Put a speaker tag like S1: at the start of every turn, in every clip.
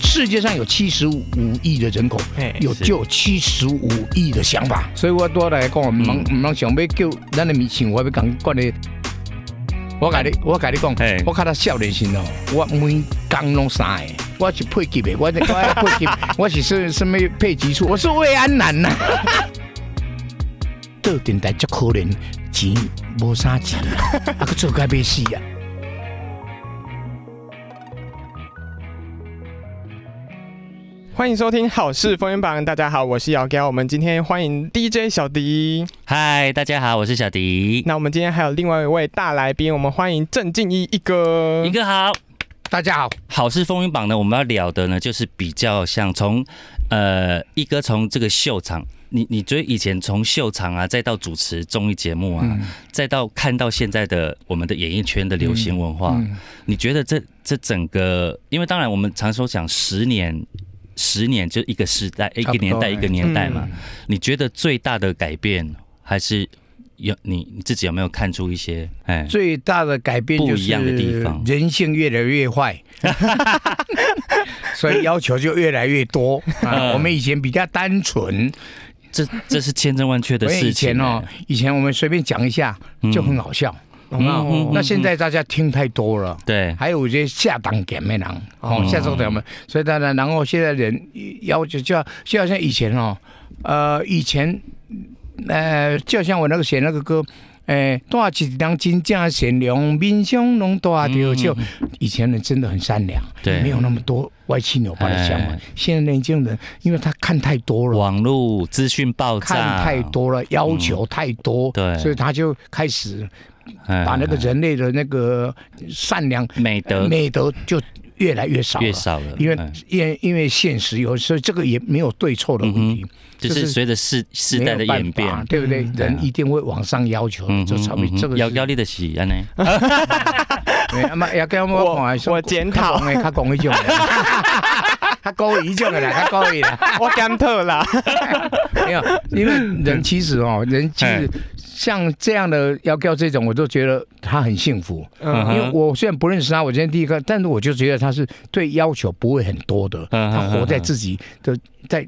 S1: 世界上有七十五亿的人口
S2: 嘿，
S1: 有
S3: 是
S1: 救七十五亿的想法，嗯所以我多来讲，唔通唔通想要救咱的民情，我要讲讲你。我甲你，我甲你讲
S3: 嘿，
S1: 我较他少年时哦，我每工拢三个，我是配给的，我是我要配 给，我是什什么配给处，我是魏安南 呐、做电台足可怜，钱无啥钱，啊，佮做该要死啊！
S2: 欢迎收听《好事风云榜》，大家好，我是姚哥。我们今天欢迎 DJ 小迪。
S3: 嗨，大家好，我是小迪，
S2: 那我们今天还有另外一位大来宾，我们欢迎郑敬一一哥。
S1: 嗯
S3: 一个好。
S1: 大家好，
S3: 好事风云榜呢，我们要聊的呢，就是比较像从呃一哥从这个秀场，你你觉得以前从秀场啊，再到主持综艺节目啊，
S1: 嗯
S3: 再到看到现在的我们的演艺圈的流行文化，
S1: 嗯
S3: 你觉得这这整个，因为当然我们常说讲十年。十年就一个时代，一
S1: 差
S3: 个
S1: 不多
S3: 年代，
S1: 哎
S3: 一个年代嘛。
S2: 嗯
S3: 你觉得最大的改变，还是有你你自己有没有看出一些？哎，
S1: 最大的改变就
S3: 不一样的地
S1: 是
S3: 方
S1: 人性越来越 坏，所以要求就越来越多。啊、
S3: 嗯
S1: 我们以前比较单纯，
S3: 这这是千真万确的
S1: 我以
S3: 事情、
S1: 前哦
S3: 哎，，
S1: 以前我们随便讲一下就很好笑。
S3: 嗯嗯
S1: 那现在大家听太多了。
S3: 对，
S1: 还有一些下档点的人，哦，
S3: 嗯
S1: 下档点的，所以当然，然后现在人要求就就好像以前哦，呃，以前呃，就像我那个写那个歌，诶、大一人真正善良，面上拢大着笑。以前人真的很善良，
S3: 嗯对
S1: 没有那么多歪七扭八的想法
S3: 哎。
S1: 现在年轻人，因为他看太多了。
S3: 网络资讯爆炸，
S1: 看太多了，要求太多，
S3: 啊嗯对
S1: 所以他就开始
S3: 哎，
S1: 把那个人类的那个善良
S3: 美德
S1: 呃美德就越来越少了，
S3: 越少了，
S1: 因为、
S3: 哎
S1: 因为因为现实有时候这个也没有对错的问题，
S3: 就
S1: 这
S3: 是
S1: 是
S3: 随着世世
S1: 没
S3: 嗯代
S1: 有
S3: 的
S1: 办
S3: 演
S1: 法
S3: 变，
S1: 对不对？
S2: 嗯
S3: 对啊嗯
S1: 人一定会往上要求的，这差不多这个
S3: 要
S1: 是
S3: 要。力的喜安呢，
S1: 对啊嘛也跟
S2: 我
S1: 我讲的说
S2: 我检讨
S1: 较讲的较讲那种 的，较高一种的啦，较高一啦。
S2: 我甘特啦，
S1: 没有，因为人其实哦，人其实像这样的要告这种，我都觉得他很幸福。因
S3: 嗯
S1: 为我虽然不认识他，我今天第一个，但是我就觉得他是对要求不会很多的，
S3: 嗯
S1: 他活在自己的在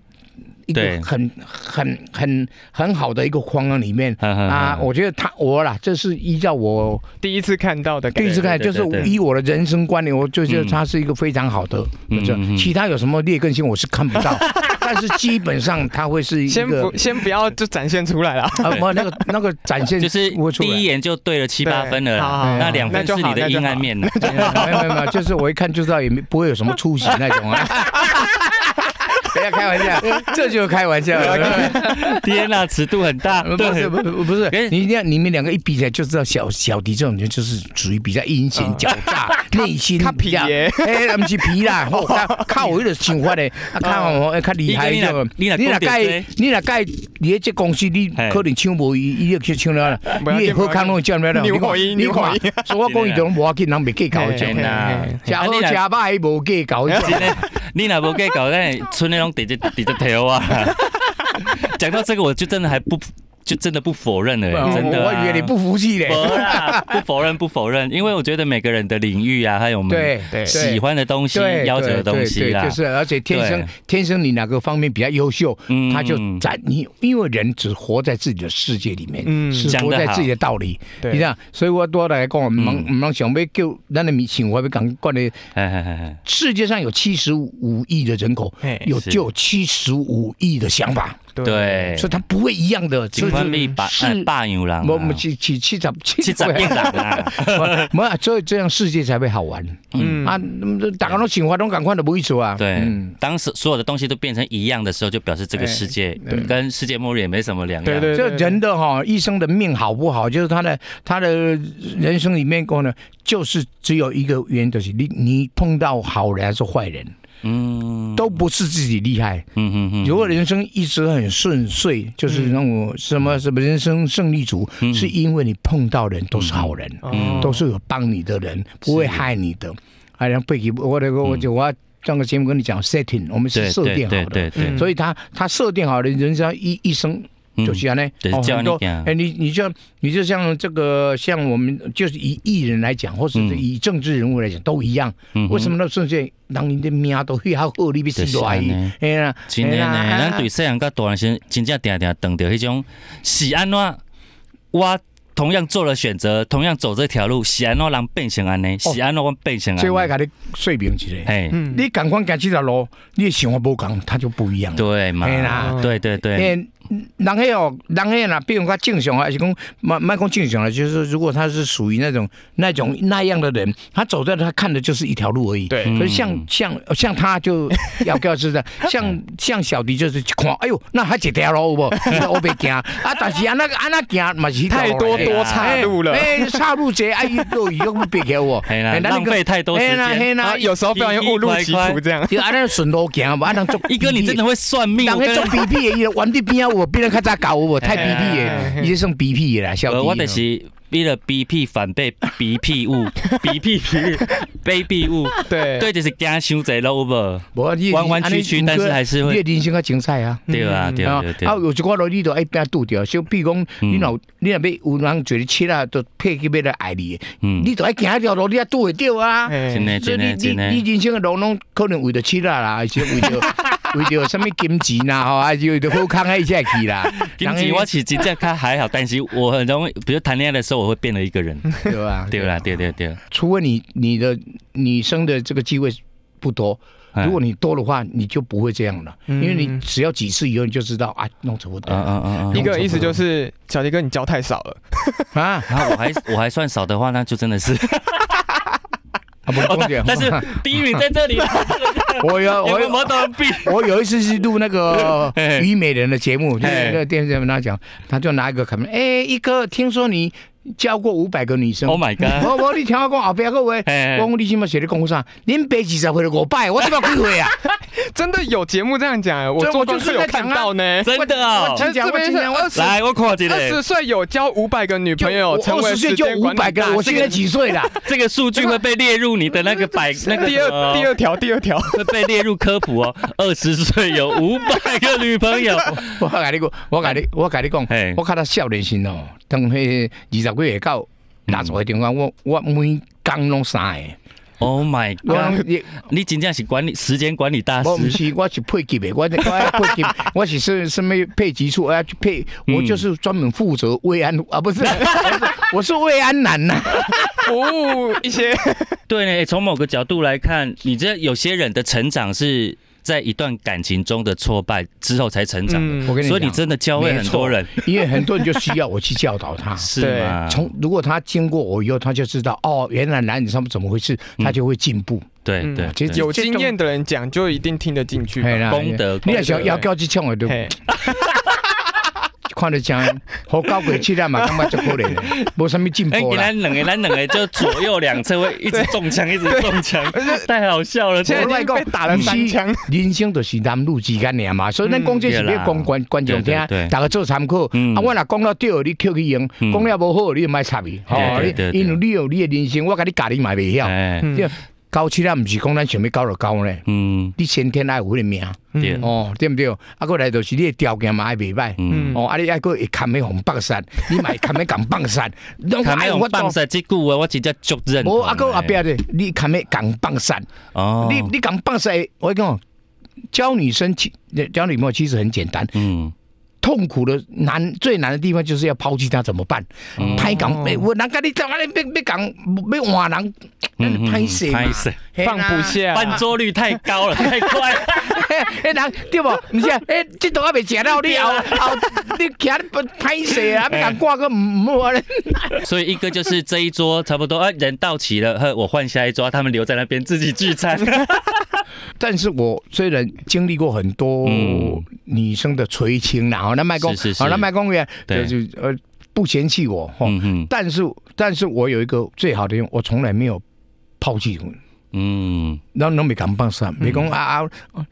S1: 一
S3: 对
S1: 个很很很很好的一个框框里面。
S3: 嗯
S1: 啊，我觉得他我啦，这是依照我
S2: 第一次看到的感
S1: 第
S2: 觉，
S1: 一次看，
S3: 对
S1: 就
S3: 对
S1: 是
S3: 对
S1: 依我的人生观念，我就觉得他是一个非常好的。
S3: 嗯
S1: 这
S3: 嗯嗯
S1: 其他有什么劣根性，我是看不到， 但是基本上他会是一
S2: 先
S1: 个
S2: 不先不要就展现出来 啦。
S1: 啊，不，那个那个展现
S3: 就是
S1: 不会出
S3: 第
S1: 来
S3: 一眼就对了七八分了
S2: 好
S3: 啦，
S2: 好好
S3: 那两分是你的阴暗。面呢，
S1: 没有没有没有，就是我一看就知道也没不会有什么出息那种 啊。不要开玩笑，这就开玩笑了。
S3: 天哪，尺度很大，
S1: 不
S3: 对
S1: 是，不是不是，
S3: 跟
S1: 你这样你们两个一比起来就知道小小迪这种人就是属于比较阴险狡
S3: 啊
S1: 诈，内心
S2: 他
S1: 比
S2: 皮
S1: 较
S2: 耶
S1: 哎，不是皮啦， 吼，较较有迄个想法的，啊，较哦较厉害
S3: 伊讲
S1: 就
S3: 你若你若讲到
S1: 改
S3: 这
S1: 你若改，你的这公司你
S3: 嘿
S1: 可能抢无伊，伊就去抢了
S2: 不要，紧
S1: 你也好康拢占了啦。
S2: 不要紧
S1: 你看
S2: 牛可以
S1: 你
S2: 牛可以
S1: 看，所以我讲伊种无要紧，人袂计较
S2: 嘿
S1: 这
S3: 天
S1: 种。
S3: 哪
S2: 嘿嘿，
S1: 食
S3: 啊
S1: 好
S3: 你
S1: 食
S3: 若
S1: 歹无计较这 种。
S3: 真的，你若无计搞，那村内拢直接直接 头啊！讲到这个，我就真的还不就真的不否认了、欸
S1: 我
S3: 哎真的、
S1: 哦
S3: 啊
S1: 我以为你不。服气嘞。
S3: 不啦，不否认，不否认，因为我觉得每个人的领域啊，还有我们
S1: 对对
S3: 喜欢的东西、
S1: 对，
S3: 要求的
S1: 对
S3: 东西
S1: 对
S3: 啦
S1: 对，就是，而且天生
S3: 对
S1: 天生你哪个方面比较优秀，
S3: 嗯
S1: 他就展你，因为人只活在自己的世界里面，
S2: 嗯
S1: 是活在自己的道理。
S2: 对
S1: 你知道，所以我多来讲，唔
S3: 嗯
S1: 能唔能想要救咱的民情，我要讲讲的，
S3: 嘿嘿嘿嘿
S1: 世界上有七十五亿的人口
S2: 嘿，
S1: 有
S3: 是
S1: 就七十五亿的想法，
S3: 对，
S1: 所以他不会一样的，
S3: 金
S1: 就是
S3: 番币霸
S1: 是
S3: 哎霸牛郎啊，
S1: 我们七七七十七
S3: 去找店长 啊，
S1: 我没有，所以这样世界才会好玩、
S2: 嗯
S1: 啊！大家拢想法拢赶快的，不会做啊。
S3: 对
S1: 嗯，
S3: 当时所有的东西都变成一样的时候，就表示这个世界跟世界末日也没什么两
S2: 对
S3: 样。
S2: 对
S1: 这人的哈、一生的命好不好，就是他的他的人生里面过呢，就是只有一个原因，就是你你碰到好人还是坏人，
S3: 嗯，
S1: 都不是自己厉害。
S3: 嗯嗯嗯，
S1: 如果人生一直很顺遂，就是那种什
S3: 嗯
S1: 么什么人生胜利组，是因为你碰到人都是好人，
S2: 嗯
S1: 都是有帮你的人，不会害你的。哎，然后背起我那个，我就我要上个节目跟你讲 setting，我们
S3: 嗯对
S1: 是设定好
S3: 对
S1: 的，
S3: 对对对，
S2: 嗯
S1: 所以他他设定好的人生一一生
S3: 嗯
S1: 就是安尼，
S3: 对
S1: 哦，
S3: 叫
S1: 很
S3: 你
S1: 多
S3: 讲
S1: 哎，，你你就你就像这个，像我们就是以艺人来讲，或者是
S3: 嗯
S1: 以政治人物来讲，都一样。
S3: 嗯哼
S1: 为什么？呢？甚至人因的命都非常好，你要
S3: 就
S1: 死
S3: 是啊
S1: 落
S3: 安
S1: 去。
S3: 尼。
S1: 哎呀，
S3: 真的
S1: 哎
S3: 呢，
S1: 呀
S3: 咱对细汉到大时，真正定定碰到迄种是安怎，我同样做了选择，同样走这条路，是安怎人变成安尼，
S1: 哦
S3: 是安怎我变成安尼。
S1: 所以我要给你说明一下，
S3: 嘿，
S2: 嗯，
S1: 你赶快行这条路，你的想法不同，它就不一样了。哎
S3: 对嘛
S1: 嘿啦，
S3: 对对对，
S1: 诶，人迄哦，人迄啦，比如讲正常啊，还是讲莫莫讲正常了，就是说如果他是属于那种那种那样的人，他走在他看的就是一条路而已。。
S2: 对
S3: 嗯
S1: 可是像像像他就要要是这样， 像像小迪就是去看，哎呦，那还一条路有无？我别行啊， 但是啊那个啊那行嘛是一条
S2: 太
S1: 路
S2: 多
S1: 来的
S2: 多岔路了，
S1: 哎，岔路者哎，都伊用别个哦，
S3: 嘿啦，
S1: 哎
S3: 浪费太多时
S1: 嘿啦
S3: 间。
S1: 嘿啦
S2: 啊，，有时候不小心误入歧途这样，
S1: 就啊那顺路行嘛，啊那做
S3: 一哥，你真的会算命？
S1: 人
S3: 我
S1: 迄
S3: 跟
S1: 种 B
S3: 你
S1: P 的，伊就玩伫边啊，我比人较早搞我，太 B P 的，伊就算 B P 的啦，小弟。
S3: 呃，我就是逼了 BP 反被 BP 物，BP 卑鄙物，
S2: 对
S3: 对，就是惊伤侪路无，
S1: 无你
S3: 弯弯曲曲，但是还是
S1: 你
S3: 会，
S1: 的人生较精彩啊。
S3: 对啊，
S2: 嗯
S3: 对
S1: 啊
S3: 对，对嗯
S1: 啊，，有一寡路你都爱边拄着，像比如讲，你若你若要有人做你切啊，都配去要来爱你的，
S3: 嗯，
S1: 你都爱行一条路，你也拄会着啊。
S3: 真
S2: 哎，
S3: 的
S1: 所以
S3: 真的
S1: 你
S3: 真
S1: 你
S3: 的，
S1: 你人生的路拢可能为着切啊啦，还是为 着为着什么金钱啦，吼，还是为着好康啊，一下去啦。
S3: 金钱我是真正较还好，但是我很容易，比如谈恋爱的时候，我会变了一个人，
S1: 对吧？
S3: 对啦，对对对，
S1: 除非你你的你生的这个机会不多，
S3: 嗯
S1: 如果你多的话，你就不会这样了，
S2: 哎嗯
S1: 因为你只要几次以后你就知道啊，弄错不对
S3: 嗯
S1: 了
S3: 嗯嗯嗯，
S2: 一个意思就是小杰哥你教太少了，
S1: 啊，
S3: 嗯然后我还我还算少的话，那就真的是，
S1: 啊
S3: 哦
S1: 不重 点
S3: 但是第一名在这里了，
S1: 我有
S3: 有
S1: 我
S3: 没有
S1: 有
S3: 毛头病？
S1: 我有一次是录那 个
S2: 哎
S3: 嘿
S1: 虞美人的节目，就是
S3: 嘿
S1: 那个电视节目，他讲，他就拿一个卡片，哎，一哥，听说你教过五百个女生
S3: Oh。my god！哎
S1: 我我你听我讲后边个话，
S2: 哎
S3: 嘿
S1: 我讲你今麦写的讲啥？恁爸二十岁就五百，我怎么几岁啊？
S2: 真的有节目这样讲，我
S1: 这
S2: 做
S1: 我就
S2: 功课
S1: 是
S2: 有
S1: 在
S2: 看
S1: 讲啊
S2: 到呢。
S3: 真的哦
S1: 我，真讲我真讲我
S2: 二十
S3: 来我看一
S2: 二
S3: 下
S2: 十。岁有交五百个女
S1: 就
S2: 朋友，
S1: 我
S2: 成为
S1: 二十岁
S2: 时
S1: 就
S2: 间
S1: 五
S2: 管理
S1: 百个，
S2: 大
S1: 我
S2: 师
S1: 现在几岁啦？
S3: 这个数据会被列入你的那个百那个
S2: 第二第
S3: 二
S2: 二条第二条，
S3: 会被列入科普哦。二十岁有五百个女朋友，
S1: 我甲你讲，我甲你，我甲你讲
S3: 哎嘿，
S1: 我看到少年时哦，当迄二十几岁到六十岁中
S3: 嗯
S1: 间，我我每工拢三个，
S3: Oh my
S1: 我
S3: god！
S1: 也
S3: 你真正是管理时间管理大
S1: 我毋
S3: 师，
S1: 是，我是配给的，我 我配给，我是什什么配给处，我要去配，我
S3: 嗯
S1: 就是专门负责慰安啊，不是， 我是慰安男呐，
S2: 服务一些
S3: 对呢。诶从某个角度来看，你这有些人的成长是在一段感情中的挫败之后才成长的，
S1: 嗯我跟你
S3: 嗯所以你
S1: 讲，
S3: 真的教会很多人，
S1: 因为很多人就需要我去教导他。
S3: 是啊吗？
S1: 从如果他经过我以后，他就知道哦，原来男女他们怎么回事，
S3: 嗯
S1: 他就会进步。
S3: 对
S2: 嗯
S3: 对，
S1: 其实
S3: 对
S2: 有经验的人讲，就一定听得进去吧。
S1: 嘿啦
S3: 功德
S1: 你
S3: 功
S1: 若想
S3: 德。
S1: 要教去唱的都
S2: 嘿，
S1: 看着像好高过去了嘛，感觉足可 怜的，无什么进
S3: 哎，
S1: 步
S3: 给
S1: 啦。
S3: 咱两个，咱两个就左右两侧会一直中枪，一直中枪，太好笑了。
S2: 现在
S1: 我
S2: 已
S1: 乱
S2: 经
S1: 讲
S2: 被打了三枪，
S1: 人生就是男女之间尔嘛，所以咱讲这是要讲观观众听，大家做参考。
S2: 嗯
S1: 啊，我若讲了对，你捡去用；讲了无好，你就莫插伊。吼，因为你有你的人生，我甲你教你嘛袂晓。
S3: 哎，
S2: 嗯
S1: 高起来毋是讲咱想要高就高呢，
S3: 嗯，
S1: 你先天爱有迄个命，
S3: 对
S2: 嗯
S1: 哦，对毋对？啊，过来就是你的条件嘛，爱袂歹。
S3: 嗯，
S1: 哦，啊，你爱个会砍咩红棒山，你嘛会砍咩港棒 山，拢
S3: 看没
S1: 爱
S3: 有
S1: 我
S3: 放
S1: 做。
S3: 晒这句话，我直接足认同
S1: 无
S3: 的。
S1: 啊，个后壁咧，你砍咩港棒山？
S3: 哦，
S1: 你你敢放晒？我跟你讲，教女生其教女朋友其实很简单，
S3: 嗯，
S1: 痛苦的难最难的地方就是要抛弃她怎么办？
S3: 嗯
S1: 拍讲、欸，我人家你讲，你别别讲，别换人，咱就拍死嘛
S3: 拍死，
S1: 嘿啦
S2: 放不。
S1: 啊
S2: 下，
S3: 翻桌率太高了，太快了。
S1: 迄人对无？毋是啊，迄即度还未食到，你后后你徛你拍死啊，别人挂个毋唔好咧。
S3: 所以一个就是这一桌差不多，啊，人到齐了，呵，我换下一桌，他们留在那边自己 聚餐。
S1: 但是我虽然经历过很多
S3: 嗯
S1: 女生的垂青啦，好，那麦公哦
S3: 是是，是
S1: 好，那麦公员
S3: 对
S1: 就是呃不嫌弃我，吼，哦
S3: 嗯嗯，
S1: 但是但是我有一个最好的用，我从来没有抛弃
S3: 嗯，
S1: 咱拢袂敢放散，袂讲啊啊，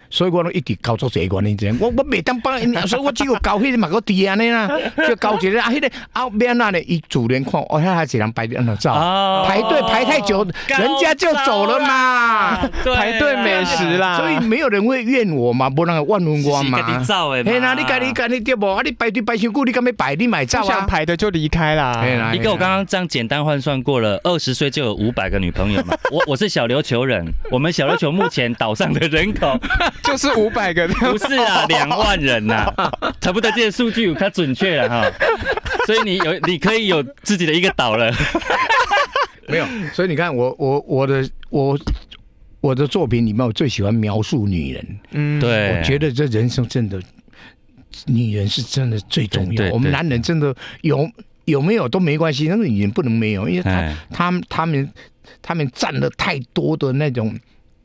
S1: 所以我拢一直交作侪原因这样，我我袂当放， 所以我只有交迄个嘛个伫安尼 啦，就交一个啊，迄个啊变那呢，伊自然看，哦，遐还一人排队安怎走，
S3: 哦
S1: 排队排太久，
S3: 高
S1: 人家就走了嘛，
S3: 对啊啦
S2: 排队美食啦，
S1: 所以没有人会怨我嘛，无人会怨恨我
S3: 是
S1: 嘛。
S3: 家己走的嘛
S1: 嘿啦，你家你家你对无？啊，你排队排伤久，你敢要排？你买走
S2: 不想
S1: 啊？
S2: 排的就离开啦。
S1: 嘿啦
S3: 你跟我刚刚这样简单换算过了，二十岁就有五百个女朋友嘛。我我是小琉球人，我们小琉球目前岛上的 人口
S2: 就是五百个，
S3: 不是啊，两万人呐、差不多这些数据它准确了哈。所以你有你可以有自己的一个岛了，
S1: 没有，所以你看我我我的我我的作品里面，我最喜欢描述女人。
S2: 嗯，
S3: 对，
S1: 我觉得这人生真的，女人是真的最重要。
S3: 对对
S1: 我们
S3: 对
S1: 男人真的有有没有都没关系，那个女人不能没有，因为她
S3: 哎，
S1: 他们他们他们占了太多的那种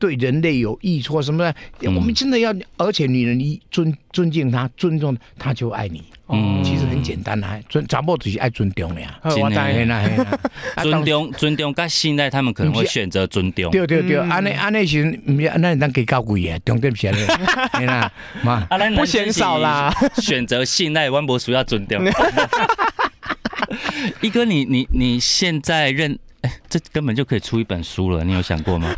S1: 对人类有益处什么的，
S3: 嗯
S1: 我们真的要，而且女人一尊尊敬她，尊重她她就爱你。
S2: 哦
S3: 嗯
S1: 其实很简单啊，尊查某就是爱尊重的呀。
S2: 呵我当
S1: 嘿
S2: 然
S1: 啦嘿啦，啊
S3: 哎 尊。
S1: 当时
S3: 重尊重，但现在他们可能会选择尊重。
S1: 对对对，
S2: 嗯
S1: 安尼安尼是，唔是安尼咱给高贵的，重点是安尼，嘿啦，妈，
S3: 啊，咱
S2: 不嫌少啦，
S3: 选择信赖万博叔要尊重。一哥，你你你现在认，哎，这根本就可以出一本书了，你有想过吗？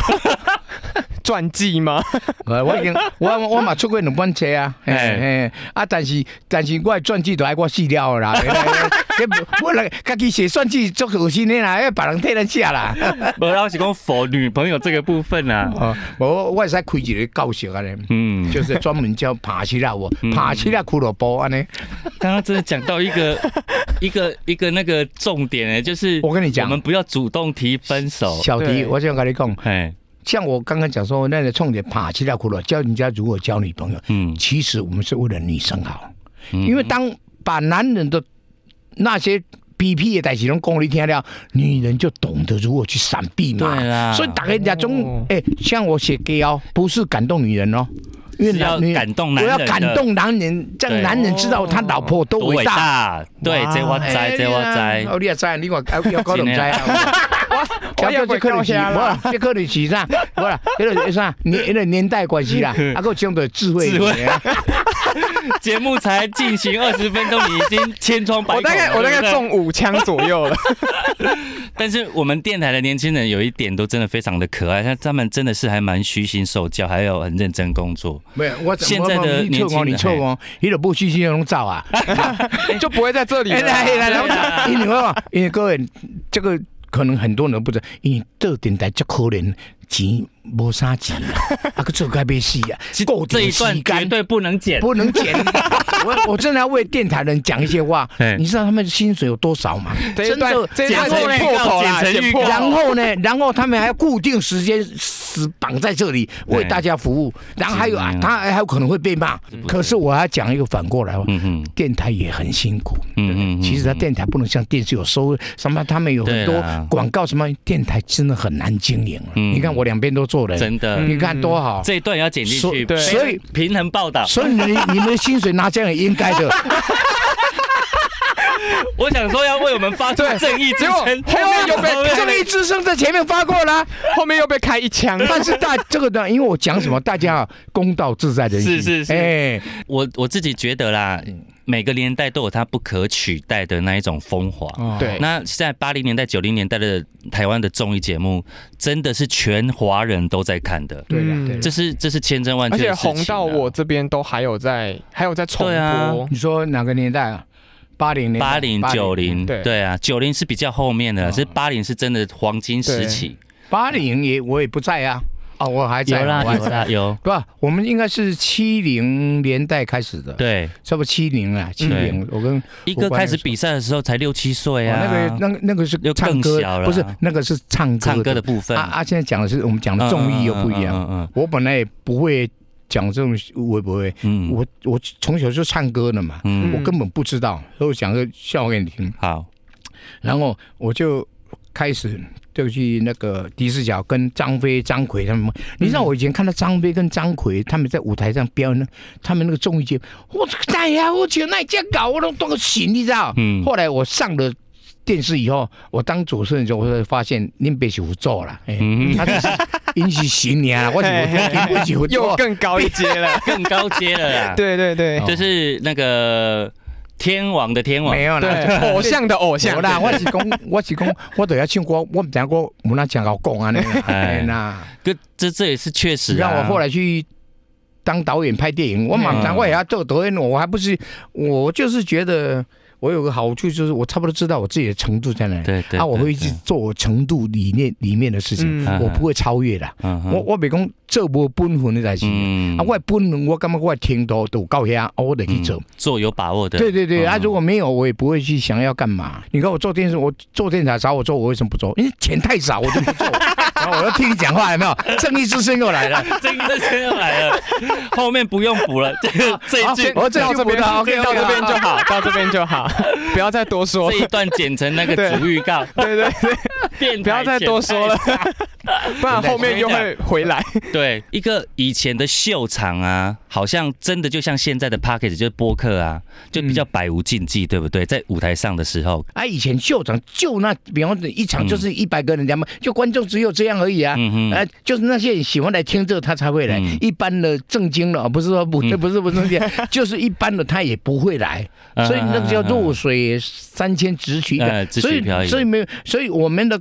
S2: 传记吗？
S1: 呃我已经我我我嘛出过两本册啊，嘿
S3: 嘿
S1: 嘿，啊，但是但是我的传记都爱我死了的啦，嘿嘿嘿这我来家己写传记足恶心的啦，要别人替咱写啦。
S3: 我老是讲否女朋友这个部分啊，
S1: 哦，无我会使开一个教室安尼，
S3: 嗯，
S1: 就是专门教爬起来我
S3: 嗯
S1: 爬起来俱乐部安尼。
S3: 刚刚真的讲到一个一个一个那个重点哎，就是
S1: 我跟你讲
S3: 我们不要主动提分手。
S1: 小迪，
S2: 对
S1: 我想跟你讲，
S3: 哎，
S1: 像我刚刚讲说，那个冲着爬起来俱乐部教人家如何交女朋友，
S3: 嗯，
S1: 其实我们是为了女生好，
S3: 嗯
S1: 因为当把男人的那些。逼逼的代志拢讲你听了，女人就懂得如何去闪避嘛。
S3: 对啊啦
S1: 所以大家家中
S2: 哦，
S1: 哎、像我写歌哦，不是感动女人哦，因为
S3: 是要
S1: 男女人
S3: 感动男
S1: 我要
S3: 人的，
S1: 感动男人，让
S3: 对
S1: 男人知道他老婆多
S3: 多伟
S1: 伟大。
S3: 大，对，
S2: 哇
S3: 这我知，这我
S1: 哎
S3: 知，
S1: 哦，你也知，你我我我搞唔知啊。
S2: 我也
S1: 这
S2: 会
S1: 可
S2: 掉
S1: 能是，无
S2: 下
S1: 啦
S2: 啦，，
S1: 这可能是啥？无啦，迄个啥年迄个年代关系 啦，啊，有种的智慧。
S3: 智慧。 节目才进行二十分钟，你已经千疮百
S2: 我
S3: 孔了。
S2: 大概我大
S3: 对不
S2: 概
S3: 对，
S2: 中五枪左右 了。
S3: 但是我们电台的年轻人有一点都真的非常的可爱，他他们真的是还蛮虚心受教，还有很认真工作。
S1: 没有，我
S3: 现在的
S1: 我我你
S3: 年轻
S1: 错哦，
S3: 人
S1: 你错哦，伊就不虚心拢走 啊。
S2: 就不会在这里了。
S1: 来来
S3: 对啊
S1: 来，因为我因为各位这个。可能很多人不知道，因为做电台足可怜，钱无啥钱啊，啊，个做该要死 啊，固
S3: 这
S1: 定
S3: 一
S1: 时
S3: 段绝
S1: 间
S3: 对不能剪。
S1: 不能减。 我我真的要为电台人讲一些话
S3: 嘿，
S1: 你知道他们薪水有多少吗？
S2: 这一
S1: 真
S2: 段
S1: 的。
S2: 这一段
S3: 剪成
S2: 剪破口啦，
S3: 剪成
S2: 剪
S3: 预
S2: 破
S3: 告
S1: 然
S2: 口。
S1: 后呢，然后他们还要固定时间死绑在这里
S3: 对
S1: 为大家服务，然后还有
S3: 是
S1: 啊
S3: 嗯
S1: 他还有可能会被骂。可是我要讲一个反过来哦，
S3: 嗯嗯
S1: 电台也很辛苦。
S3: 嗯嗯，
S1: 其实他
S3: 嗯
S1: 电台不能像电视有收入什么，他们有很
S3: 对
S1: 多
S3: 啦
S1: 广告什么，电台真的很难经营了。啊
S3: 嗯
S1: 你看我两边都做人，
S3: 真的，
S1: 你看多好。
S3: 这一段要剪进
S1: 所
S3: 去，
S2: 嗯对
S1: 所以
S3: 平衡报道。
S1: 所以你你们的薪水拿这样也应该 的。
S3: 我想说要为我们发出
S2: 对
S3: 正义之
S2: 结果
S3: 声，
S2: 后 面又被
S1: 正义之声在前面发过啦，
S2: 后面又被开一枪。
S1: 但是大这个呢，因为我讲什么，大家啊公道自在人心。
S3: 是是是
S1: 哎，
S3: 我我自己觉得啦，每个年代都有它不可取代的那一种风华。
S1: 哦
S2: 对
S3: 那在八零年代、九零年代的台湾的综艺节目，真的是全华人都在看的，
S1: 对了
S2: 嗯
S1: 对了
S3: 这。是这是千真万
S2: 而
S3: 确
S2: 且
S3: 的事情啊、
S2: 红到我这边都还有在，还有在重
S3: 对啊
S2: 播。
S1: 哦你说哪个年代啊？八零哦年代、
S3: 八零九零，
S2: 对
S3: 对啊，九零是比较后面的，是八零是真的黄金时期，
S1: 八零也我也不在啊，啊，我还在，
S3: 有啦
S1: 我还
S3: 有
S1: 在。
S3: 啦有，
S1: 不，我们应该是七零年代开始的，
S3: 对，嗯
S1: 差不多七零啊，七零。我跟哦
S3: 一哥开始比赛的时候才六七岁啊，
S1: 那个那个那个是
S3: 又
S1: 唱
S3: 更
S1: 歌
S3: 小，了
S1: 不是那个是唱歌
S3: 唱歌的部分
S1: 啊啊！现在讲的是我们讲的综艺又不一样。
S3: 嗯嗯
S1: 我本来也不会讲这种，我也不会。
S3: 嗯嗯嗯
S1: 我我从小就唱歌的嘛，
S3: 嗯
S1: 我根本不知道，所以我讲个笑话给你听。
S3: 好，
S1: 然后我就开始就去那个迪士角跟张飞、张奎他们。你知道我以前看到张飞跟张奎他们在舞台上表演呢，他们那个综艺节目，我这个哎呀，我去那家搞，我都多个行，你知道？
S3: 嗯
S1: 后来我上了电视以后，我当主持人之后，我才发现您别是胡做啦，哎、
S3: 嗯，
S1: 他只是因是行年啊，我是 我不是胡
S2: 又
S1: 做。
S2: 更高一阶了。
S3: 更高阶了 啦。，
S2: 对对对，
S1: 哦
S3: 就是那个天王的天王
S1: 没，有啦，
S2: 对偶像的偶像
S1: 有啦，我是讲，我是讲，我都要唱歌，我唔知我唔那讲到讲啊那个，哎呐，
S3: 这这这也是确实、啊。
S1: 让我后来去当导演拍电影，我马上
S3: 嗯
S1: 我也要做导演，我还不是我就是觉得我有个好处就是我差不多知道我自己的程度在哪里，
S3: 对对
S1: 啊，我会一直
S3: 去，
S1: 做我程度里面里面的事情，
S2: 嗯
S3: 嗯
S1: 我不会超越的。
S3: 嗯哼
S1: 我我袂讲做无本分的代志，
S3: 嗯
S1: 啊，我的本分我感觉我的程度都有到遐，啊我得去做。
S3: 嗯做有把握的，
S1: 对对对，
S3: 嗯
S1: 啊，如果没有，我也不会去想要干嘛。你看我做电视，我做电台找我做，我为什么不做？因为钱太少，我就不 做。然后我又听你讲话，有没有？正义之声又来了。
S3: 这个真要来了，后面不用补了，这个这一句
S1: 好我这
S2: 到
S1: 句
S2: 这
S1: 不
S2: 边
S1: 到，OK，
S2: 到这边就好，到这边就好， 不要再多说
S3: 这。一段剪成那个主预告，
S2: 对对对，
S3: 电台
S2: 不要再多说了， 不然后面又会回来。
S3: 剪。对，一个以前的秀场啊，好像真的就像现在的 p a c k a g e 就是播客啊，就比
S1: 嗯
S3: 较百无禁忌，对不对？在舞台上的时候，
S1: 啊，以前秀场就那，比方说一场就是一百个人，两百，就观众只有这样而已啊。
S3: 嗯
S1: 啊，就是那些人喜欢来听这个，他才会来。
S3: 嗯
S1: 一般的正经的，哦不是说不，
S3: 嗯
S1: 不是不是正经， 就是一般的他也不会来。
S3: 哼
S1: 所以那个叫弱
S3: 弱，
S1: 水三千，只取一瓢。
S3: 呃，只
S1: 所
S3: 啊取
S1: 以
S3: 漂移，
S1: 所以没有，所以我们的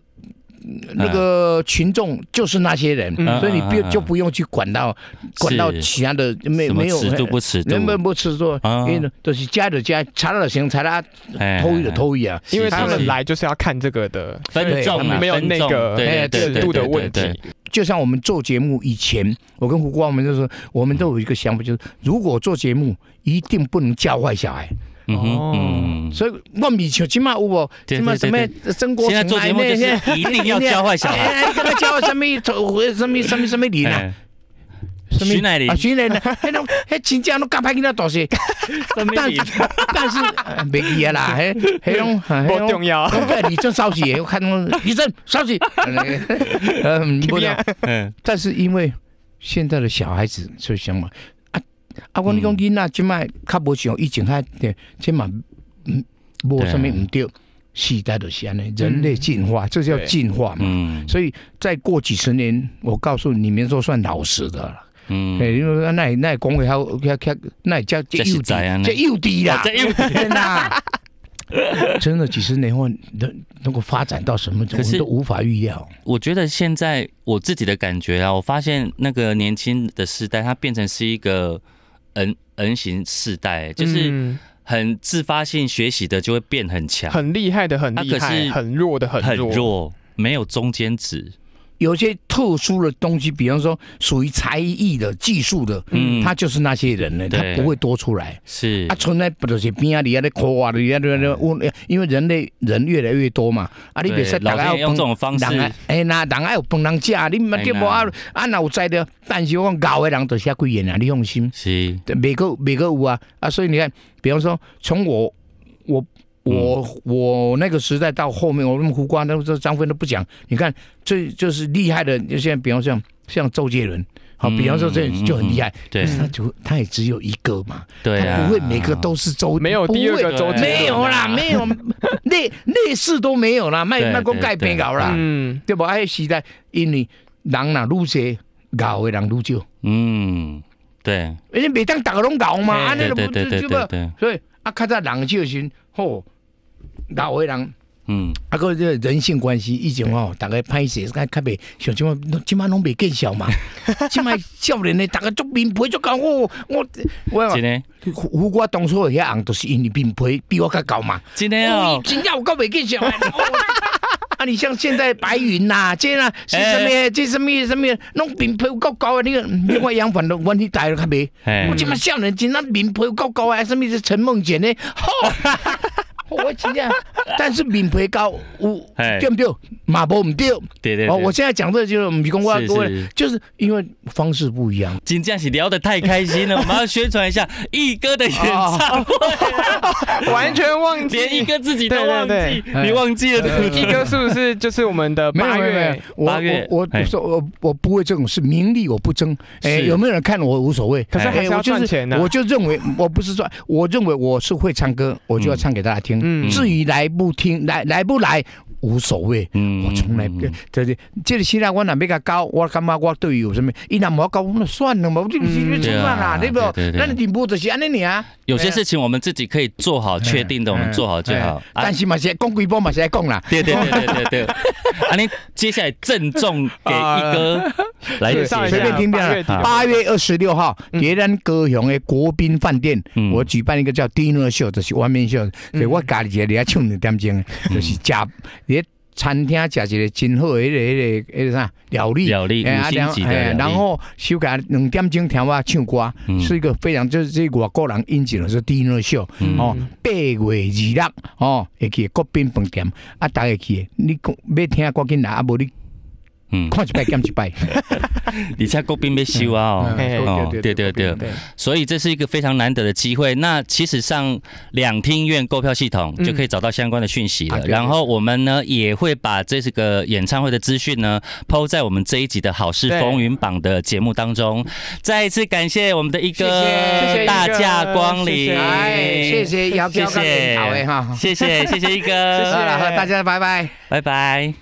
S1: 嗯那个群众就是那些人，
S2: 嗯
S1: 所以你不
S3: 嗯嗯嗯
S1: 就不用去管到管到
S3: 是
S1: 其他的没
S3: 什么
S1: 没有哎
S3: 尺度不尺度
S1: 人，们不吃做，
S3: 啊
S1: 因为呢都是加的加，查了行查了，
S3: 哎
S1: 偷一的，偷一啊。
S2: 因为
S3: 是
S2: 他
S3: 是
S2: 们
S3: 是
S2: 来就是要看这个的
S3: 分众啊
S1: 对
S2: 没有
S3: 分
S2: 那
S3: 众
S2: 个
S3: 对对
S2: 尺
S3: 对
S2: 度的
S3: 对
S2: 问
S3: 对
S2: 题。
S1: 就像我们做节目以前，我跟胡光我们就说，我们都有一个想法，就是如果做节目，一定不能教坏小孩。
S3: 嗯
S2: 哦
S3: 哼，嗯。
S1: 所以我们像起码有无，
S3: 对
S1: 起码
S3: 对
S1: 什
S3: 对
S1: 么
S3: 对
S1: 曾国
S3: 现在
S1: 成
S3: 做节目
S1: 那
S3: 就是一定要教坏小 孩，
S1: 哎，跟他教什么什么什么什么林啊。
S3: 哎
S1: 什么
S3: 徐乃麟
S1: 啊，徐乃 麟，迄种迄真正拢夹啊歹囡仔大些，
S3: 什么
S1: 但
S3: 林
S1: 但 是呃袂记啊啦，迄迄种
S2: 不
S1: 迄
S2: 重
S1: 种。
S2: 要。
S1: 对，你正烧起，我看到医 生烧起，嗯，不能。
S3: 嗯
S1: 但是因为现在的小孩子就想嘛，啊啊，我跟你讲
S3: 嗯
S1: 囡仔即卖较无像以前较，即嘛嗯，无什么
S3: 对啊
S1: 唔对，时代就是安尼，人类进化，这叫
S2: 对
S1: 进化嘛。
S3: 嗯
S1: 所以再过几十年，我告诉你们说算老实的了。
S3: 嗯
S1: 诶，因为啊那那讲的较较较，那叫这
S3: 这是
S1: 幼
S3: 知啊
S1: 稚，
S3: 呢
S1: 这幼稚啦，
S3: 这幼
S1: 稚啦。真的，几十年后能能够发展到什么，我
S3: 可是
S1: 们都无法预料。
S3: 我觉得现在我自己的感觉啊，我发现那个年轻的世代，它变成是一个 N N 型世代，就是
S2: 嗯
S3: 很自发性学习的就会变很强，
S2: 很厉害的很
S3: 啊
S2: 厉
S3: 可
S2: 害，
S3: 是
S2: 很弱的很
S3: 很
S2: 弱。
S3: 弱，没有中间值。
S1: 有些特殊的东西，比方说属于才艺的、技术的，
S3: 嗯
S1: 他就是那些人呢，他
S3: 对
S1: 不会多出来。
S3: 是
S1: 啊，，存在不就是边啊里啊咧哭啊里啊咧咧，我因为人类人越来越多嘛，啊，你别
S3: 哎对
S1: 说大
S3: 老
S1: 家
S3: 天
S1: 要
S3: 爷用这种方式
S1: 人，啊，哎那人爱有饭人食，你嘛
S3: 哎
S1: 对无啊啊哪有知的，但是我讲咬的人就是遐贵人啊，你放心，
S3: 是，
S1: 每个每个有啊啊，所以你看，比方说从我我我、
S3: 嗯
S1: 我那个时代到后面，我们胡瓜那这张飞都不讲，你看这就是厉害的，就现在比方像像周杰伦，好，比方说这
S3: 嗯
S1: 就很厉害，
S3: 对
S1: 他就他也只有一个嘛，
S3: 对
S1: 他
S3: 啊，
S1: 不会每个都是周，
S2: 没有
S1: 不会
S2: 第二个周杰伦啊
S1: 没有啦，没 有类类似都没有啦，卖
S3: 对
S1: 卖讲
S3: 对
S1: 盖
S3: 对
S1: 变搞啦，
S2: 嗯，
S1: 对不？哎，时代因为人若愈侪，咬的人愈少，
S3: 嗯，对，
S1: 因为每当大家拢咬嘛，
S2: 嘿
S1: 啊安尼
S3: 对
S1: 都
S3: 对
S1: 不
S3: 对对
S1: 就
S3: 对
S1: 不，
S3: 对，
S1: 所以啊，较早人少的时候，吼，咬的人。
S3: 嗯，
S1: 啊，个这人性关系，以前哦，大家歹势，较较袂，像即摆，即摆拢袂见效嘛。即摆少年的，大家足面皮足厚，我我我
S3: 今，天
S1: 胡我当初遐红，就是因为面皮比我较厚嘛。
S3: 今天
S1: 哦
S3: 哦，，
S1: 真正有够袂见效的。哦 啊，你像现在白云呐、啊，这啦、是什么？这什么什么？拢面皮有够高啊的，你看，嗯另外养反的，阮迄代都较袂。
S3: 哎
S1: 我，即摆少年真那面皮有够高啊，什么是陈梦简呢？吼、 哦我真正，但是面皮高有
S3: 嘿
S1: 对不对？嘛无哎唔对。
S3: 对对
S1: 哦，我
S3: 对，
S1: 现在讲这就是唔是讲我
S3: 是
S1: 我
S3: 是
S1: 就是因为方式不一样。
S3: 今天是聊得太开心 了，我们要宣传一下毅哥的演
S1: 啊
S3: 唱会。
S2: 完全忘记。
S3: 连一个自己都忘记，
S2: 对
S1: 对哎
S3: 你忘
S2: 哎
S3: 记了 对不对？
S2: 一哥是不是就是我们的
S1: 没有
S2: 八
S1: 没有没有哎
S2: 月？，
S1: 我
S3: 八月
S1: 我我
S3: 嘿
S1: 说我我不会这种事，名利我不争，哎，
S3: 是
S1: 有没有人看我无所谓，
S2: 可是还是
S1: 哎
S2: 要
S1: 我就是
S2: 赚钱呐啊
S1: 我就认为我不是赚，我认为我是会唱歌，我就要唱给大家听。
S2: 嗯
S1: 至于来不听，来来不来无所谓。
S3: 嗯，
S1: 我从来不，就是这个时代，我若要甲教，我感觉我对伊有什么，伊若无我教，我就算了嘛，我就你出饭啦，对不？咱的进步就是安尼尔。嗯
S3: 有些事情我们自己可以做好，确定的我们做好就好。啊
S1: 哎但是嘛是讲几波嘛是爱讲啦，
S3: 对对对对 对对，啊，你接下来郑重给一哥来解
S2: 介
S3: 释
S2: 绍
S3: 一
S2: 一
S1: 啊随便
S2: 下
S3: 下，
S1: 听听
S2: 八
S1: 啊
S2: 月底的
S1: 八月二十六号，伫咱高雄的国宾饭店，
S3: 嗯
S1: 我举办一个叫 dinner show，就是完面秀，所以我家己一个伫遐唱两点钟，就
S3: 嗯
S1: 是食伫餐厅食一个真好的迄个迄个迄个啥料理。
S3: 表力
S1: 哎
S3: 五星级的
S1: 哎
S3: 表
S1: 然
S3: 力，
S1: 后休假两点钟听我唱歌，
S3: 嗯
S1: 是一个非常就是这外国人引进的是 dinner show
S3: 嗯
S1: 哦，八月二六哦，会去国宾饭店啊，大家去的，你讲要听赶紧来，啊无你
S3: 嗯，
S1: 看一摆减一摆，
S3: 而且国宾被修啊 哦。
S2: 嘿嘿
S1: 嗯
S3: 哦对对对
S1: 对，
S3: 所以这是一个非常难得的机会。那其实上两厅院购票系统就可以找到相关的讯息了。
S1: 嗯啊对
S3: 然后我们呢也会把这是个演唱会的资讯呢抛在我们这一集的《好事
S2: 对
S3: 风云榜》的节目当中。再一次感谢我们的一哥，
S1: 谢谢谢谢一哥
S3: 大驾光临，
S2: 谢谢
S1: 哎，谢谢姚
S3: 谢
S1: 教
S3: 谢
S1: 哎跟领导的哈，
S3: 谢谢谢谢一哥，
S2: 谢谢
S1: 好啦好，大家拜拜。
S3: 拜拜。